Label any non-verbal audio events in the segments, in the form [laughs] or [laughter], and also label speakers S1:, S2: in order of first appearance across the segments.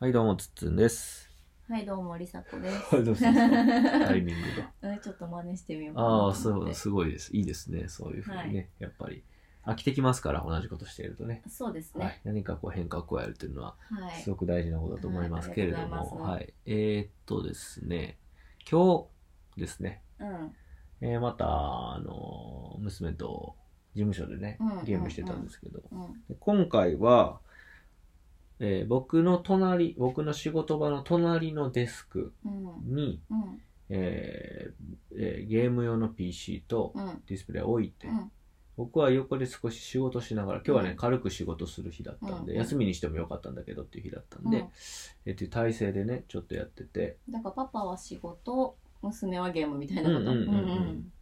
S1: はい、どうも、つっつんです。
S2: はい、どうも、りさこです。
S1: はい、どうタ
S2: [laughs]
S1: イミングが。
S2: うんちょっと真似してみようかな
S1: ああ、
S2: と
S1: そ
S2: 思っ
S1: う、
S2: て。
S1: すごいです。いいですね。そういうふうにね、
S2: は
S1: やっぱり。飽きてきますから、同じことしているとね。
S2: そうです
S1: は
S2: ね。
S1: い、何かこう変化を加えるというのは、
S2: はい。
S1: すごく大事なことだと思いますけれど
S2: はいありがとう
S1: も、
S2: ございます
S1: はい。えー、っとですね、今日ですね、
S2: うん。
S1: えーまた、あの、娘と事務所でね
S2: うん、
S1: ゲームしてたんですけど、
S2: うん。
S1: で今回は、えー僕の隣、僕の仕事場の隣のデスク
S2: うん。
S1: に、
S2: うん。
S1: えーえーゲーム用の PC と
S2: うん。
S1: ディスプレイを置いて、
S2: うん。
S1: 僕は横で少し仕事しながら、今日はね、
S2: うん
S1: 軽く仕事する日だったんで、
S2: うん
S1: 休みにしてもよかったんだけどっていう日だったん
S2: う
S1: で、
S2: ん
S1: えーっていう体制でね、ちょっとやってて、
S2: だから、パパは仕事、娘はゲームみたいなこと。
S1: うんうんうんうん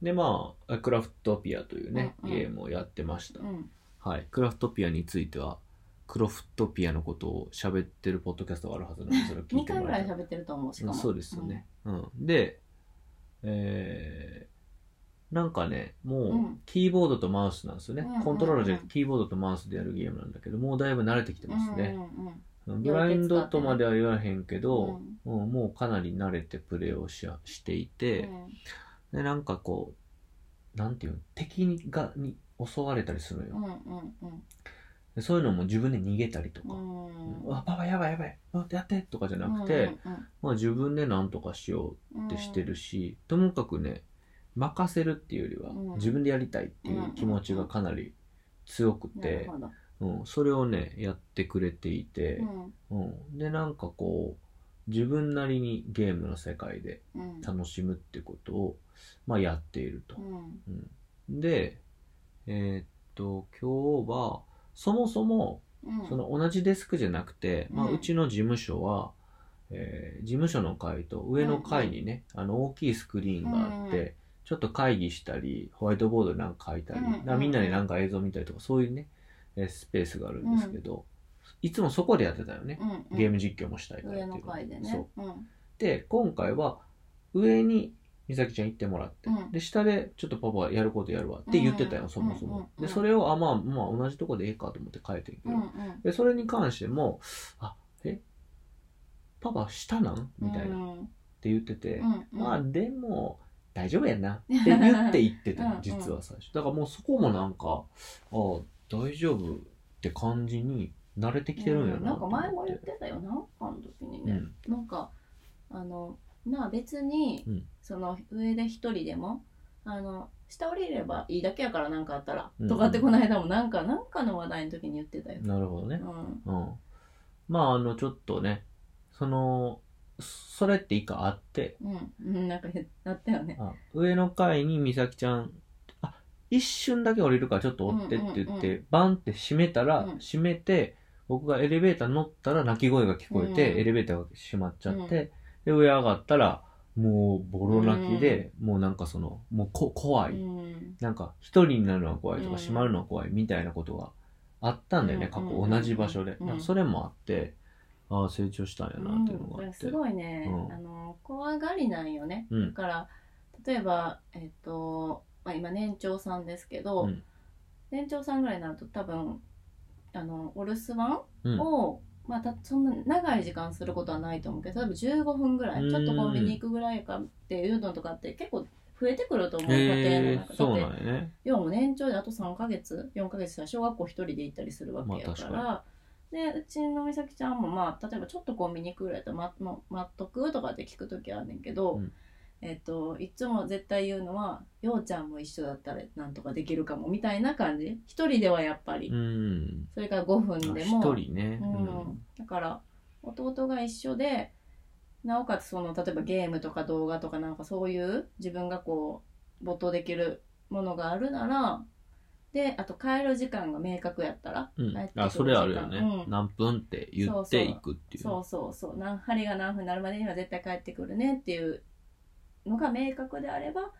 S1: で、まあ、クラフトピアというね、
S2: うんうん
S1: ゲームをやってました。
S2: うんうん
S1: はい。クラフトピアについては、クロフトピアのことを喋ってるポッドキャストがあるはずなんで、それを聞
S2: 二
S1: いて
S2: 回
S1: も
S2: ぐ
S1: ら
S2: ら
S1: え
S2: い
S1: た
S2: 喋ってると思う、しかも。
S1: そうですよね、うんで、えーなんかねもううんキーボードとマウスなんですよね、
S2: うんうんうん
S1: コントローラーじゃなくてキーボードとマウスでやるゲームなんだけどもうだいぶ慣れてきて
S2: うん。
S1: ます
S2: う
S1: ね、
S2: んうんうん。
S1: ブラインドとまでは言わへんけ
S2: う
S1: ど、
S2: ん
S1: うんもうかなり慣れてプレイをしやしていて、でなんかこうなんていうの敵にがに襲われたりするの
S2: う
S1: よ、
S2: んうんうん
S1: でそういうのも自分で逃げたりと
S2: う
S1: か、
S2: ん。
S1: うわパパやばいやばいうんやってとかじゃなくて、まあ、自分でなんとかしよう
S2: うん、
S1: っ
S2: って
S1: してるし、ともかくね任せるっていうよりは、
S2: うん
S1: 自分でやりたいっていう気持ちがかなり強く
S2: なる
S1: て
S2: ほ、ど。
S1: うんそれをねやってくれていて
S2: う、ん
S1: うんでなんかこう自分なりにゲームの世界で
S2: うん。
S1: 楽しむってことを、まあ、やっていると
S2: う。ん。
S1: うんでえーっと今日はそもそも
S2: うん
S1: その同じデスクじゃなくて、まあ、
S2: うん
S1: うちの事務所は、えー事務所の階と上の階にね、あの大きいスクリーンがあって、
S2: うん
S1: ちょっと会議したりホワイトボードで何か書いたり、
S2: うんうんうん
S1: なみんなで何か映像見たりとかそういうねえースペースがあるんですけど、いつもそこでやってたよね、
S2: うんうん
S1: ゲーム実況もしたいからってい
S2: 上
S1: う
S2: の階で
S1: そ
S2: ね
S1: う。
S2: うん。
S1: で今回は上に美咲ちゃん行ってもらって、
S2: うん
S1: で下でちょっとパパやることやるわって言ってたよ、
S2: うん
S1: そもそも、
S2: うんうんうん
S1: でそれをあまあまあ同じとこでええかと思って書いてんけど、
S2: うんうん。
S1: でそれに関しても「あえパパ下なん?」みたいなっ
S2: うん
S1: て言ってて、
S2: うんうん
S1: まあでも大丈夫や
S2: [laughs]
S1: なって言って言ってた
S2: うんう
S1: の
S2: ん
S1: 実は最初だからもうそこもなんかあ大丈夫って感じに慣れてきてるんや
S2: うん
S1: な
S2: な
S1: と
S2: んか
S1: 思
S2: 前も言ってたよなんかの時に
S1: う
S2: ね、
S1: ん
S2: なんかあのまあ別に、
S1: うん
S2: その上で一人でもあの下降りればいいだけやからなんかあったら、
S1: うん
S2: とかってこの間もなんかなんかの話題の時に言ってたよ、
S1: なるほどね
S2: う、ん
S1: うん、まああのちょっとねそのそれって一回あって
S2: うんうん、なんかへなったよね
S1: あ上の階に美咲ちゃんあ一瞬だけ降りるからちょっと追ってって言って、
S2: うんう
S1: バンって閉めたら、
S2: うん
S1: 閉めて僕がエレベーター乗ったら泣き声が聞こえて、
S2: うん
S1: エレベーターが閉まっちゃって、
S2: うん
S1: で上上がったらもうボロ泣きで、もうなんかそのもうこ怖い、
S2: うん
S1: なんか一人になるのは怖いとか、
S2: うん
S1: 閉まるのは怖いみたいなことがあったんだよね、
S2: うんうん
S1: 過去同じ場所で、
S2: うん
S1: なんかそれもあってああ成長したんやなっていうのがあ
S2: うん
S1: って、
S2: すごいね、
S1: うん
S2: あの怖がりなんよね
S1: うん
S2: だから例えばえっ、と、まあ、今年長さんですけど、
S1: うん
S2: 年長さんぐらいになると多分あのお留守番
S1: うん
S2: を、まあ、たそんな長い時間することはないと思うけど例えば15分ぐら
S1: うん
S2: いちょっとコンビニ行くぐらいかっていうのとかって結構増えてくると思う家庭の
S1: へ
S2: 中
S1: え
S2: で
S1: そうなんやね
S2: 要はもう年長であと3ヶ月4ヶ月したら小学校1人で行ったりするわけやから,、
S1: ま
S2: でうちの美咲ちゃんも、まあ、例えばちょっとコンビニ行くぐらいだとまま待っとくとかって聞く時はあんねんけど、
S1: うん
S2: えっといつも絶対言うのは「ようちゃんも一緒だったらなんとかできるかも」みたいな感じ一人ではやっぱり、
S1: うん
S2: それから5分でも
S1: 一人ね、
S2: うん、だから弟が一緒でなおかつその例えばゲームとか動画とかなんかそういう自分がこう没頭できるものがあるならであと帰る時間が明確やったら、
S1: うん
S2: 帰ってくる
S1: あそれあるよね、
S2: うん
S1: 何分って言っていくっていう
S2: そうそうそう何針が何分になるまでには絶対帰ってくるねっていうのが明確であれば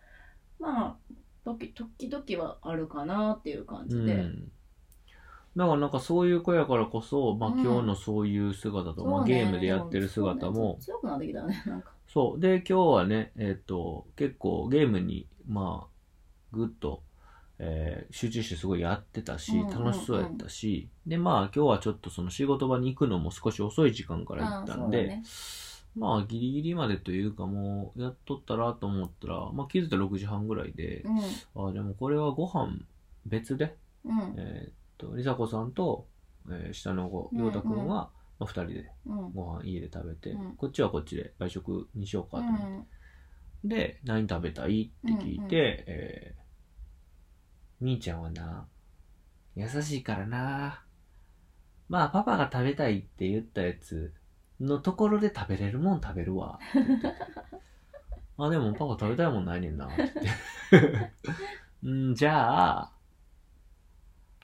S2: まあ時時々はあるかなっていう感じで、
S1: ん、だからなんかそういう子やからこそ、まあ、
S2: うん
S1: 今日のそういう姿と、
S2: そうね
S1: まあ、ゲームでやってる姿も
S2: そうね強くなってきたよねなんか
S1: そう,、で今日はねえっ、と結構ゲームにまあグッと、えー集中してすごいやってたし
S2: うんうんうん
S1: 楽しそうやったし、でまあ今日はちょっとその仕事場に行くのも少し遅い時間から行ったん
S2: あー
S1: で、
S2: そうだね
S1: まあギリギリまでというかもうやっとったらと思ったら、まあ、気づいたら6時半ぐらいで、ああでもこれはご飯別で、
S2: うんうん
S1: えーっと梨紗子さんと、えー下の子
S2: うん
S1: 陽太くんは、まあ、2人で
S2: うん
S1: ご飯家で食べて、
S2: うん
S1: こっちはこっちで外食にしようか
S2: う
S1: と思って、
S2: ん
S1: で何食べたいって聞いて、
S2: うんうん
S1: えーみーちゃんはな優しいからなまあパパが食べたいって言ったやつのところで食べれるもん食べる
S2: [laughs]
S1: わって言ってあでもパパ食べたいもんないね
S2: [laughs]
S1: んなって言ってうんじゃあ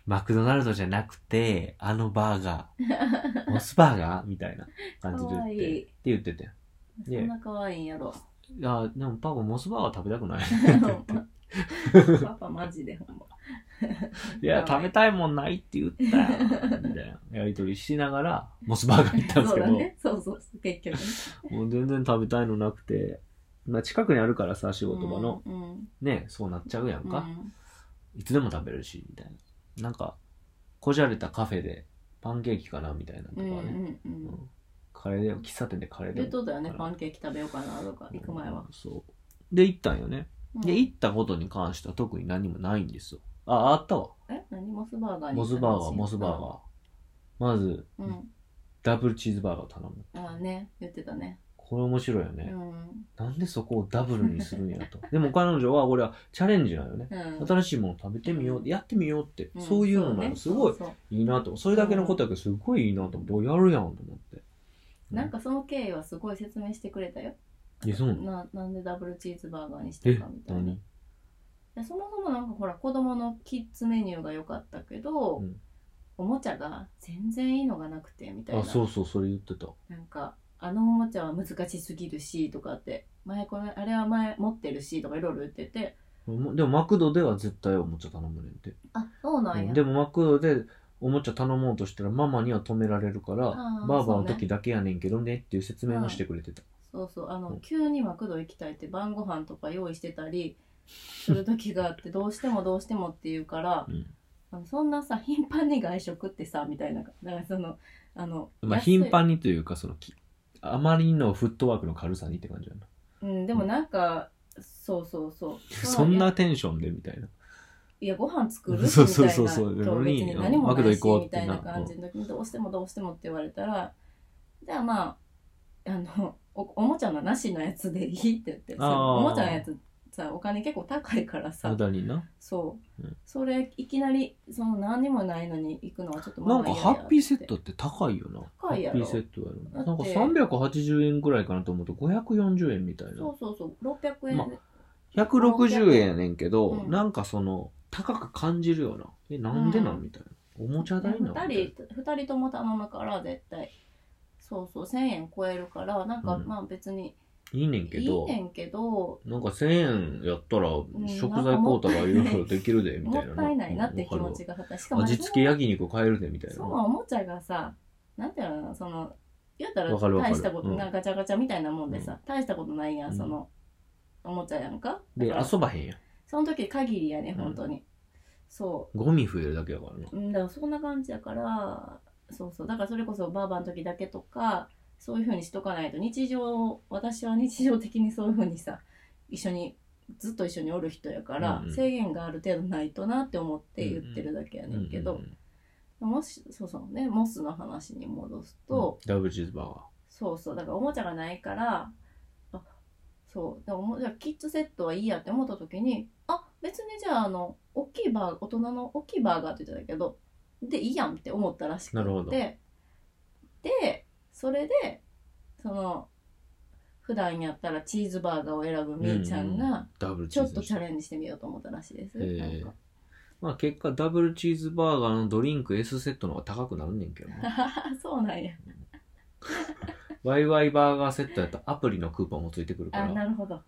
S1: マクドナルドじゃなくてあのバーガ
S2: [laughs]
S1: ーモスバーガーみたいな感じで言っ
S2: かわ
S1: て
S2: いい
S1: って言ってて
S2: そんな可愛いん
S1: [laughs]
S2: やろ
S1: いやでもパパモスバーガー食べたくない
S2: [laughs] パパマジでほんま
S1: いや、食べたいもんないって言ったよ、みたいな。やりとりしながら、モスバーガー行ったんです
S2: そう
S1: け
S2: だ
S1: ど、
S2: ねそうそう結局ね
S1: もう全然食べたいのなくて、まあ、近くにあるからさ、仕事場の、
S2: うん
S1: ね、そうなっちゃうやん
S2: うん
S1: か、いつでも食べれるし、みたいな。なんか、こじゃれたカフェで、パンケーキかな、みたいなとか
S2: うんう
S1: ね。
S2: んう
S1: うんんカレーで、喫茶店でカレーで
S2: 言う
S1: も
S2: とったよねパンケーキ食べようかなとか行く前
S1: う
S2: は
S1: んそう。で、行ったんよね。
S2: う
S1: で、
S2: ん
S1: 行ったことに関しては特に何もないんですよ。あ、あったわ。
S2: え何モスバーガーに
S1: モスバーガー、モスバーガー。まず、
S2: ーうん
S1: ダブルチーズバーガー頼む。
S2: ああね言ってたね
S1: これ面白いよ
S2: う
S1: ね、
S2: ん
S1: なんでそこをダブルにするんや
S2: [laughs]
S1: とでも彼女は俺はチャレンジなのよね、
S2: うん
S1: 新しいもの食べてみよう、
S2: うん
S1: やってみようって、
S2: うん
S1: そういうの
S2: そ
S1: な
S2: ね
S1: のすごい
S2: そうそう
S1: いいなとそれだけのことだけどすごいいいなと思ってやるやんと思って
S2: なんかその経緯はすごい説明してくれたよ
S1: えそうなの
S2: ななんでダブルチーズバーガーにした
S1: え
S2: かみたいな
S1: 何
S2: でそもそもなんかほら子供のキッズメニューが良かったけど、
S1: うん
S2: おもちゃが全然いいのがなくてみたいな
S1: あそうそうそれ言ってた
S2: なんかあのおもちゃは難しすぎるしとかって前これあれは前持ってるしとかいろいろ言ってて
S1: もでもマクドでは絶対おもちゃ頼むねんて、
S2: あそうなん
S1: うん
S2: や
S1: でもマクドでおもちゃ頼もうとしたらママには止められるから
S2: あー
S1: バーバーの
S2: そうね
S1: 時だけやねんけどねっていう説明もしてくれてた、
S2: そうそうあの、
S1: うん
S2: 急にマクド行きたいって晩ご飯とか用意してたりする時があ
S1: [laughs]
S2: ってどうしてもどうしてもって言うから
S1: うん
S2: あのそんなさ頻繁に外食ってさみたいなだからそのあの、
S1: まあ、
S2: 安い
S1: 頻繁にというかそのきあまりのフットワークの軽さにって感じだな
S2: うん、でもなんか、そうそうそう
S1: [laughs] そんなテンションでみたいない
S2: やご飯作るみ
S1: [laughs]
S2: たい
S1: そう
S2: な
S1: そうそうそう
S2: 今日別に何
S1: マ
S2: も
S1: ク
S2: な
S1: ド行
S2: いし
S1: こうっ
S2: みた
S1: て
S2: い
S1: な
S2: な感じの時にどうしてもどうしてもって言われたらじゃあまああのおおもちゃのなしのやつでいいって言って
S1: あー
S2: おもちゃのやつさお金結構高いからさ
S1: 無駄にな
S2: そう、
S1: うん
S2: それいきなりその何にもないのに行くのはちょっと
S1: な
S2: マ
S1: ん
S2: マ
S1: か
S2: 嫌や
S1: ハッピーセット
S2: っ
S1: ってて高いよな
S2: 高いやろ
S1: ハッピーセットやろ
S2: だ
S1: な
S2: っ
S1: んか
S2: て
S1: 380円ぐらいかなと思うと540円みたい
S2: そ
S1: な
S2: うそうそう600円、
S1: ま160円やねんけど、
S2: うん
S1: なんかその高く感じるよなえなんでな
S2: うん
S1: んみたいなおもちゃ代な
S2: 2
S1: んみたいな
S2: 人二人とも頼むから絶対そうそう1000円超えるからなんか、
S1: うん
S2: まあ別に
S1: いいねんけ
S2: いい
S1: ど
S2: ねんけど
S1: なんか1000円やったら
S2: ん
S1: 食材交代がいろいろできるでみ
S2: も
S1: たいな
S2: ったいないなって気
S1: うんわかる
S2: 持
S1: わ
S2: ちが果たしかも
S1: 味付け焼肉買えるでみたい
S2: そ
S1: な
S2: のおもちゃがさなんていうのかなその言うたら
S1: わかるわかる
S2: 大したこと
S1: うん
S2: なんかガチャガチャみたいなもんでさ、
S1: う
S2: 大したことないやん
S1: うん
S2: その、おもちゃやんか
S1: で
S2: だから
S1: 遊ばへんやん
S2: その時限りやね
S1: うん
S2: 本当に、そ
S1: ゴミ増えるだけやからな
S2: ううんだからそんな感じやからそうそうだからそれこそバーバーの時だけとかそういうふうにしとかないと日常私は日常的にそういうふうにさ一緒にずっと一緒におる人やから、
S1: うんうん
S2: 制限がある程度ないとなって思って言ってるだけやねんけ
S1: う
S2: ど、
S1: んうんうん
S2: もしそうそうねモスの話に戻すと、
S1: ダブルチーズバーガー
S2: そうそうだからおもちゃがないからあそうでもおもじゃあキッズセットはいいやって思った時にあ別にじゃああの大きいバー大人の大きいバーガーって言ってたけどでいいやんって思ったらしく
S1: なるほど
S2: てでそれでその普段やったらチーズバーガーを選ぶみーちゃん
S1: う
S2: が
S1: ダブルチ
S2: ち
S1: ー
S2: ょっ
S1: ズ
S2: と
S1: にし
S2: チ
S1: た
S2: ャレンジしてみようと思ったらしいです、
S1: へえ
S2: なんか [laughs]
S1: まあ結果ダブルチーズバーガーのドリンク S セットの方が高くなるねんけど
S2: [laughs]
S1: な
S2: そうなんや
S1: ワイワイバーガーセットやったらアプリのクーポンもついてくるか
S2: あ
S1: ら
S2: なるほど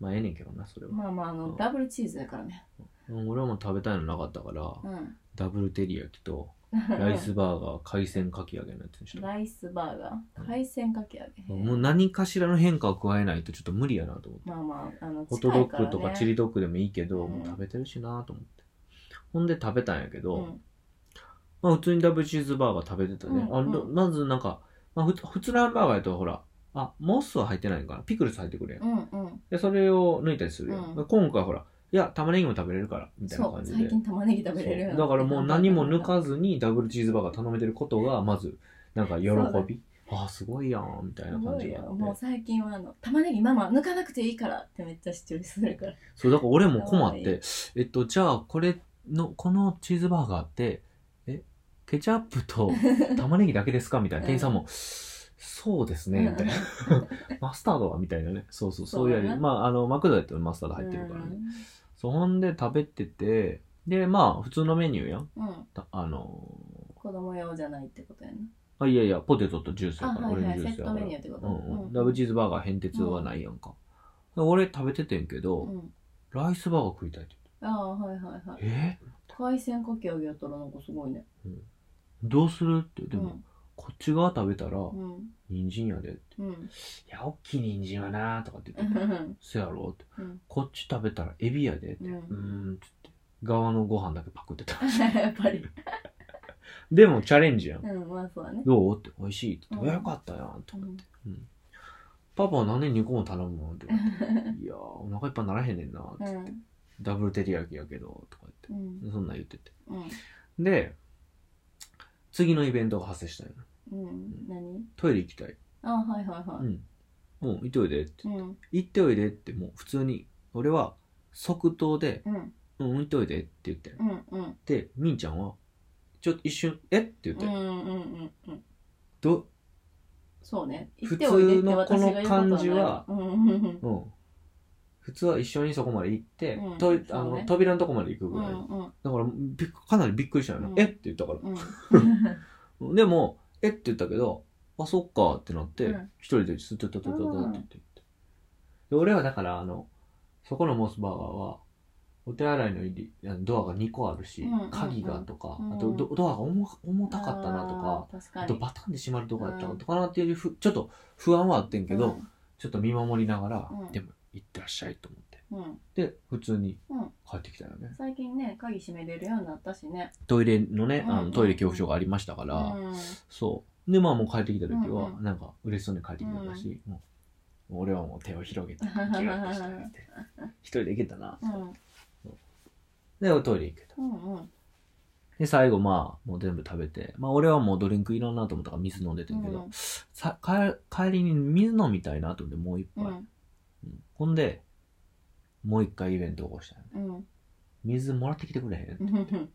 S1: まあええねんけどなそれは、
S2: まあまああ
S1: う
S2: の
S1: ん
S2: ダブルチーズだからね
S1: うん俺はもう食べたいのなかったから
S2: うん
S1: ダブル照り焼きと
S2: [laughs]
S1: ライスバーガー海鮮かき揚げのやつにした
S2: ライスバーガ
S1: うん
S2: ー海鮮かき揚げ
S1: もう何かしらの変化を加えないとちょっと無理やなと思って
S2: まあまああの
S1: ホットドッグと
S2: 近いら
S1: か
S2: ね
S1: チリドッグでもいいけど、
S2: うん
S1: もう食べてるしなと思ってほんで食べたんやけど、
S2: うん
S1: まあ普通にダブルチーズバーガー食べてたね。
S2: うん
S1: あ
S2: う
S1: まずなんか、まあふつ普通のハンバーガーやとほら、あ、モスは入ってないんかなピクルス入ってくるやん。
S2: うんうん
S1: で、それを抜いたりするやん。
S2: うん
S1: 今回はほら、いや、玉ねぎも食べれるから、みたいな
S2: そ
S1: 感
S2: う
S1: じ
S2: 最
S1: で。
S2: 近玉ねぎ食べれるよ
S1: そ
S2: う
S1: う
S2: にな
S1: だ
S2: って
S1: からもう何も抜かずにダブルチーズバーガー頼めてることが、まず、なんか喜
S2: そう
S1: び。ああ、すごいやん、みたいな
S2: す
S1: 感
S2: ご
S1: じ
S2: い
S1: があ
S2: よ
S1: っ
S2: もう
S1: て。
S2: 最近はあの玉ねぎママ抜かなくていいからってめっちゃ主張するから
S1: そう、だから俺も困っ
S2: かわい
S1: て、えっと、じゃあこれの、このチーズバーガーって、え、ケチャップ
S2: [laughs]
S1: と玉ねぎだけですかみたいな。
S2: うん
S1: 店員さんも、そうですね、みたいな。 [laughs] マスタードはみたいなね。そうそう、そういうや
S2: そう
S1: り。
S2: だな
S1: まあ、あの、マクドやったらマスタード入ってるからね。そう、ほんで食べてて、で、まあ、普通のメニューやん。
S2: うん、うん、
S1: たあの
S2: 子供用じゃないってことやな
S1: ーあ、いやいや、ポテトとジュースやから、
S2: あはいは
S1: オレン
S2: い
S1: ジ
S2: セ
S1: ジュー
S2: ッ
S1: スや
S2: ト
S1: か
S2: メ
S1: ら
S2: ニューってこと
S1: うんうん。ダブルチーズバーガー変哲はないやんか。俺食べててんけど、
S2: うん
S1: ライスバーガー食いたいって
S2: ああはいはいはい
S1: 言って。え
S2: 海鮮かき揚げやったらなんかすごいね
S1: どうするって。でも、こっち側食べたら、
S2: うん
S1: 人参やでって。
S2: うんうん [laughs]
S1: いや、おっきい人参はなーとかって
S2: う
S1: 言って、
S2: ん
S1: せやろって。
S2: うん
S1: こっち食べたらエビやでって。
S2: う
S1: うー
S2: ん
S1: ん、つって。側のご飯だけパクってた。
S2: やっぱり
S1: でもチャレンジやん。
S2: うんまあそうだね
S1: どうって、美味しいって言って。
S2: うん
S1: よかったやん、と
S2: う
S1: かって
S2: ん。
S1: パパは何で2個も頼む
S2: [laughs]
S1: のって言われて。いやー、お腹いっぱいならへんねんなーって
S2: う
S1: 言って。
S2: ん
S1: ダブル照り焼きやけど、とか
S2: う
S1: 言
S2: ん
S1: って。そんなん言ってて。
S2: うん
S1: で、次のイベントが発生したんや。
S2: うん何
S1: トイレ行きたい。
S2: ああはいはいは
S1: う
S2: い
S1: ん。うん、行っておいでって。
S2: うん
S1: 行っておいでって、もう普通に、俺は即答で、
S2: うん
S1: うん、行っておいでって言って。
S2: うんうん
S1: で、みーちゃんは、ちょっと一瞬、えって言っ
S2: う
S1: て。
S2: んうんうん
S1: ど、
S2: そうね
S1: 普
S2: 言っ
S1: 通
S2: て
S1: の
S2: おいでって私が言うことはない
S1: この感じは
S2: うんうんうん
S1: うん。普通は一緒にそこまで行って、
S2: うん
S1: と
S2: そうね
S1: あの扉のとこまで行く
S2: う
S1: ぐらい。
S2: んうん
S1: だからびっかなりびっくりしたよね、
S2: うん
S1: えって言ったから。
S2: うん
S1: でも、えって言ったけど、あ、そっかってなって、
S2: うん
S1: 一人でずっとととととって言って。で俺はだから、あの、そこのモスバーガーは、お手洗いの入りあのドアが2個あるし、
S2: うんうんうん
S1: 鍵がとか、
S2: うん
S1: あとドドアが重か重たかったなとか、
S2: あー
S1: あ
S2: 確
S1: と
S2: か
S1: バタンで閉まるとこやった
S2: うん
S1: とかなっていうふ、ちょっと不安はあってん
S2: に
S1: けど、ちょっと見守りながら、
S2: うん
S1: でも行ってらっしゃいと思って。
S2: うんうん
S1: で、普通に
S2: うん
S1: 帰ってきたよね。
S2: 最近ね鍵閉めれるようになったしね
S1: トイレのね、あ
S2: うんう
S1: の
S2: ん
S1: トイレ恐怖症がありましたか
S2: う
S1: ら、
S2: ん
S1: そう。で、まあもう帰ってきた時は、
S2: うんう
S1: なんか嬉しそうに帰ってきてたし、もう俺はもう手を広げて、ギュッとしてや
S2: [laughs]
S1: って、一人で行けたな。
S2: うん
S1: で、おトイレ行けた。
S2: うんうん
S1: で、最後まあ、もう全部食べて、まあ俺はもうドリンクいらんなと思ったから水飲んでてんけど、
S2: うん
S1: さ帰帰りに水飲みたいなと思ってもう一杯、
S2: うん
S1: うんほんで、もう一回イベント起こしたよね。
S2: うん
S1: 水もらってきてくれへん、
S2: うん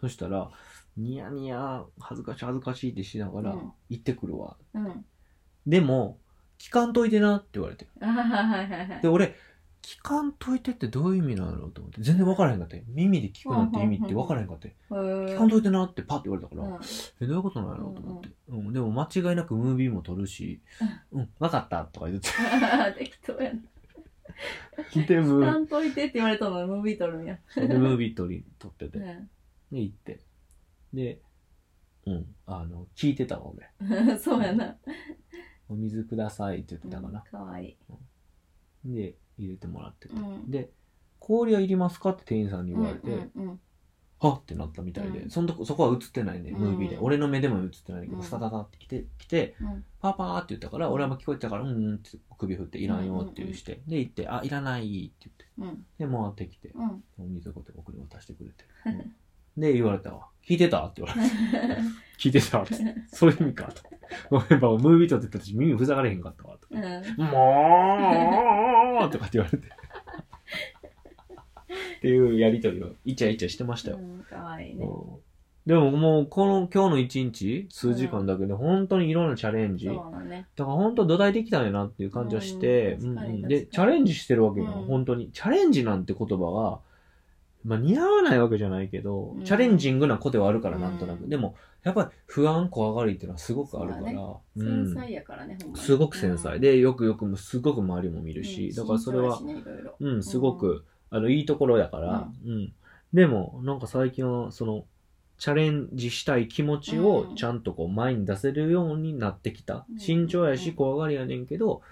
S1: そしたら、ニヤニヤ、恥ずかしい恥ずかしいってしながら、
S2: うん
S1: 行ってくるわ。
S2: うん
S1: でも、聞かんといてなって言われて。
S2: あーはいはいはい
S1: で、俺、聞かんといてってどういう意味なのと思って、全然分からへんかって。耳で聞くなんて意味って分からへんかって。
S2: へー
S1: 聞かんといてなってパッて言われたから、
S2: うん
S1: え、どういうことなんやろうと思って。うん、でも間違いなくムービーも撮るし、うん、分かったとか言って、
S2: [laughs] 適当やな。
S1: で、ムー
S2: 担当いてって言われたのムービー撮るんや。
S1: でムービー撮り、撮ってて。
S2: う
S1: で、
S2: ん
S1: 行って。で、うん、あの、聞いてたわ、俺。
S2: [laughs] そうやな。
S1: お水くださいって言ってたかな。
S2: かわいい。
S1: で、入れてもらってて。
S2: うん
S1: で、氷はいりますかって店員さんに言われて、
S2: うんうん
S1: はっってなったみたいで、
S2: うん
S1: そんとこそこは映ってないね、
S2: うん
S1: ムービーで俺の目でも映ってないんだけど、
S2: うん
S1: スタタタって来て来て
S2: うん
S1: パーパーって言ったから俺はもう聞こえてたからうんうんって首振っていらんよっていうして、で行ってあいらないって言って
S2: うん
S1: で回ってきて
S2: うん
S1: お水をこうやって送り渡してくれて、うんで言われたわ聞いてたって言われて聞いてたってそういう意味かとごめんばムービー撮ってたし耳ふざがれへんかったわと
S2: うん
S1: もうとかって言われてっていうやりとりをイチャイチャしてましたよ
S2: うんかわいいね。
S1: うんでももうこの今日の一日数時間だけで本当にいろんなチャレンジ、だか
S2: そうだね。
S1: ら本当土台できたんやなっていう感じはして、
S2: う
S1: う
S2: ん確かに
S1: んうん
S2: 確かに
S1: でチャレンジしてるわけよ、
S2: うん
S1: 本当にチャレンジなんて言葉が、まあ、似合わないわけじゃないけど、
S2: うん
S1: チャレンジングなことはあるからなんとなく、
S2: うん
S1: でもやっぱり不安怖がりっていうのはすごくあるから
S2: そうだ
S1: う
S2: 繊
S1: ん
S2: 細やからね、ほんまに
S1: すごく繊細、でよくよくもすごく周りも見
S2: う
S1: る
S2: ん
S1: し、
S2: うん
S1: だからそれは
S2: 慎重やしねいろいろ
S1: うん、すごく、あの、いいところやから、うん、でも、なんか最近は、その、チャレンジしたい気持ちを
S2: うん
S1: ちゃんとこう前に出せるようになってきた。
S2: うん
S1: 慎重や
S2: う
S1: し、
S2: ん
S1: 怖がりやねんけど、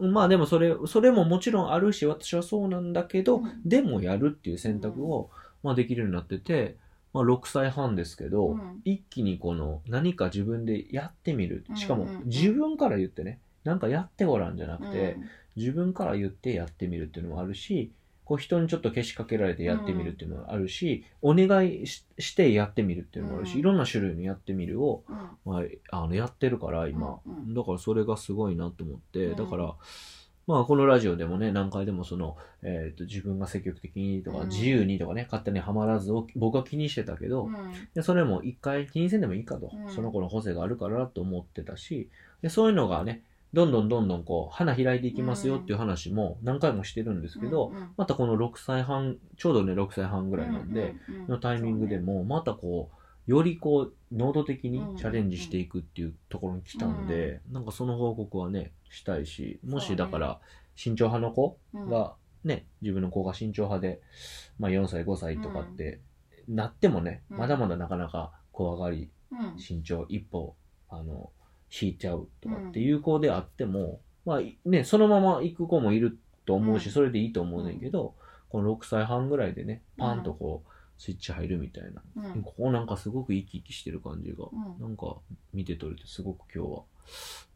S1: まあでもそれ、それももちろんあるし、私はそうなんだけど、
S2: うん
S1: でもやるっていう選択を、まあできるようになってて、まあ6歳半ですけど、
S2: うん
S1: 一気にこの何か自分でやってみる。しかも
S2: うんうんうん
S1: 自分から言ってね、なんかやってごらんじゃなくて、
S2: うん
S1: 自分から言ってやってみるっていうのもあるし、こう人にちょっとけしかけられてやってみるっていうのもあるし、お願いししてやってみるっていうのもあるし、
S2: うん
S1: いろんな種類のやってみるを、
S2: うん
S1: まあ、あのやってるから今、
S2: うんうん
S1: だからそれがすごいなと思って、
S2: うん
S1: だからまあこのラジオでもね何回でもその、えー、と自分が積極的にとか、
S2: うん
S1: 自由にとかね勝手にはまらずを僕は気にしてたけど、
S2: うん
S1: でそれも一回気にせんでもいいかと、
S2: うん
S1: その子の個性があるからと思ってたしでそういうのがねどんどんどんどんこう花開いていきますよっていう話も何回もしてるんですけど、
S2: うんうん
S1: またこの6歳半ちょうどね6歳半ぐらいなんで、
S2: うんうんうん
S1: のタイミングでもまたこうよりこう能動的にチャレンジしていくっていうところに来たんで、なんかその報告はねしたいしも
S2: そう
S1: し
S2: ね
S1: だから慎重派の子
S2: そうね
S1: がね、自分の子が慎重派で、まあ、4歳5歳とかってなってもね、
S2: うん
S1: まだまだなかなか怖がり
S2: うん
S1: 慎重一歩あの引いちゃうとかっていう子であっても、まあいねそのまま行く子もいると思うし、
S2: うん
S1: それでいいと思うねんけど、この6歳半ぐらいでねパンとこう、スイッチ入るみたいな、
S2: うん
S1: ここなんかすごく生き生きしてる感じが、
S2: う
S1: な
S2: ん
S1: んか見て取れてすごく今日は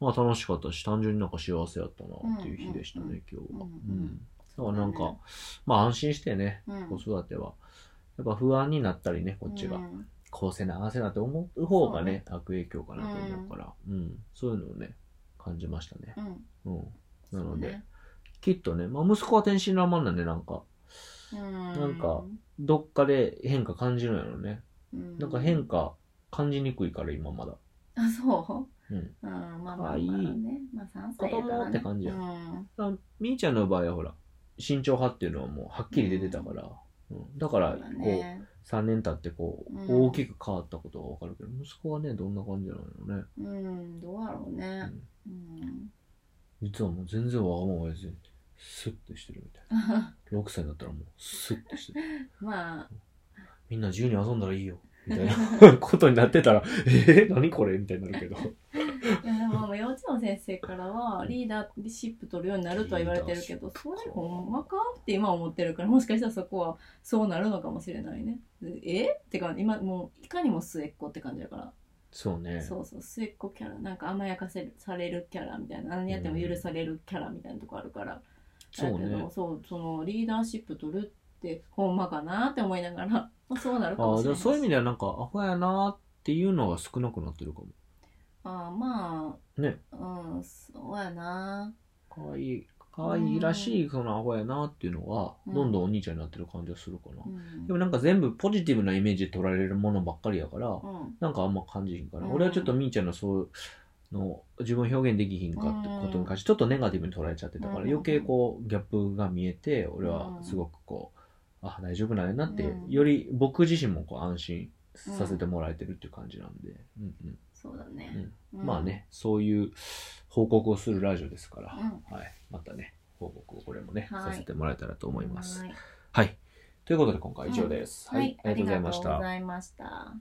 S1: まあ楽しかったし単純になんか幸せやったなっていう日でしたね、
S2: うんうん
S1: 今日は、
S2: うんうん
S1: だからなんか、まあ安心してね
S2: うん
S1: 子育てはやっぱ不安になったりねこっちが、
S2: うん
S1: こうせなああせなって思う方がね悪影響かなと思うから、うんそういうのをね感じましたね、
S2: うん
S1: うん、なの
S2: そう
S1: で、
S2: ね
S1: きっとね、まあ、息子は天真爛漫なんでなんか
S2: なん
S1: かどっかで変化感じるんやろね、なんか変化感じにくいから今まだ
S2: あそ
S1: う
S2: う
S1: ん
S2: んまあまあま
S1: 可
S2: あ
S1: 愛い
S2: ねまあ3歳やから
S1: 子供
S2: ね
S1: って感じや
S2: うん
S1: だからみーちゃんの場合はほら慎重派っていうのはもうはっきり出てたから、うんだから
S2: そう
S1: こ
S2: だ
S1: う
S2: ね
S1: 3年経ってこ
S2: うん
S1: う大きく変わったことが分かるけど、息子はねどんな感じなのね、
S2: うんどうやろう
S1: う
S2: ね
S1: ん
S2: うん
S1: 実はもう全然わがまま言わずにスッてしてるみたいな6歳になったらもうスッてしてる
S2: [laughs] まあ
S1: みんな自由に遊んだらいいよみたいなことになってたら [laughs] 「えー、何これ?」みたいになるけど
S2: いやでも幼稚園の先生からはリーダーシップ取るようになるとは言われてる
S1: リーダーシ
S2: けど
S1: ップか
S2: それほんまかって今思ってるからもしかしたらそこはそうなるのかもしれないねえってか今もういかにも末っ子って感じだから、
S1: そうね
S2: そうそう末っ子キャラなんか甘やかせるされるキャラみたいな何やっても許されるキャラみたいなとこあるから、
S1: そう
S2: だけど
S1: ね
S2: そうそのリーダーシップ取るってほんまかなって思いながら、まあ、そうなるか
S1: あ
S2: も
S1: あ
S2: し
S1: で
S2: れ
S1: も
S2: ない
S1: そういう意味ではなんかアホやなーっていうのが少なくなってるかも
S2: ああまあ
S1: ね
S2: うんそうやな
S1: かわいいかわいいらしいそのアホやなーっていうのは
S2: うん
S1: どんどんお兄ちゃんになってる感じがするかな、
S2: うん
S1: でもなんか全部ポジティブなイメージで取られるものばっかりやから、
S2: うん
S1: なんかあんま感じひんから、
S2: うん
S1: 俺はちょっとみーちゃんのそうの自分を表現できひんかってことに関してちょっとネガティブに捉えちゃってたから、
S2: うん
S1: 余計こうギャップが見えて俺はすごくこう、あ大丈夫なんやなって、
S2: うん
S1: より僕自身もこう安心させてもらえてるっていう感じなんで、うんうん
S2: そうだね。うん
S1: まあ。ねそういう報告をするラジオですから、
S2: う
S1: はい、またね報告をこれもね、
S2: はい
S1: させてもらえたらと思います。
S2: はい
S1: はいということで今回は以上です。
S2: はい、
S1: ありがとうございまし
S2: ありがとう
S1: た
S2: ご。ざいました。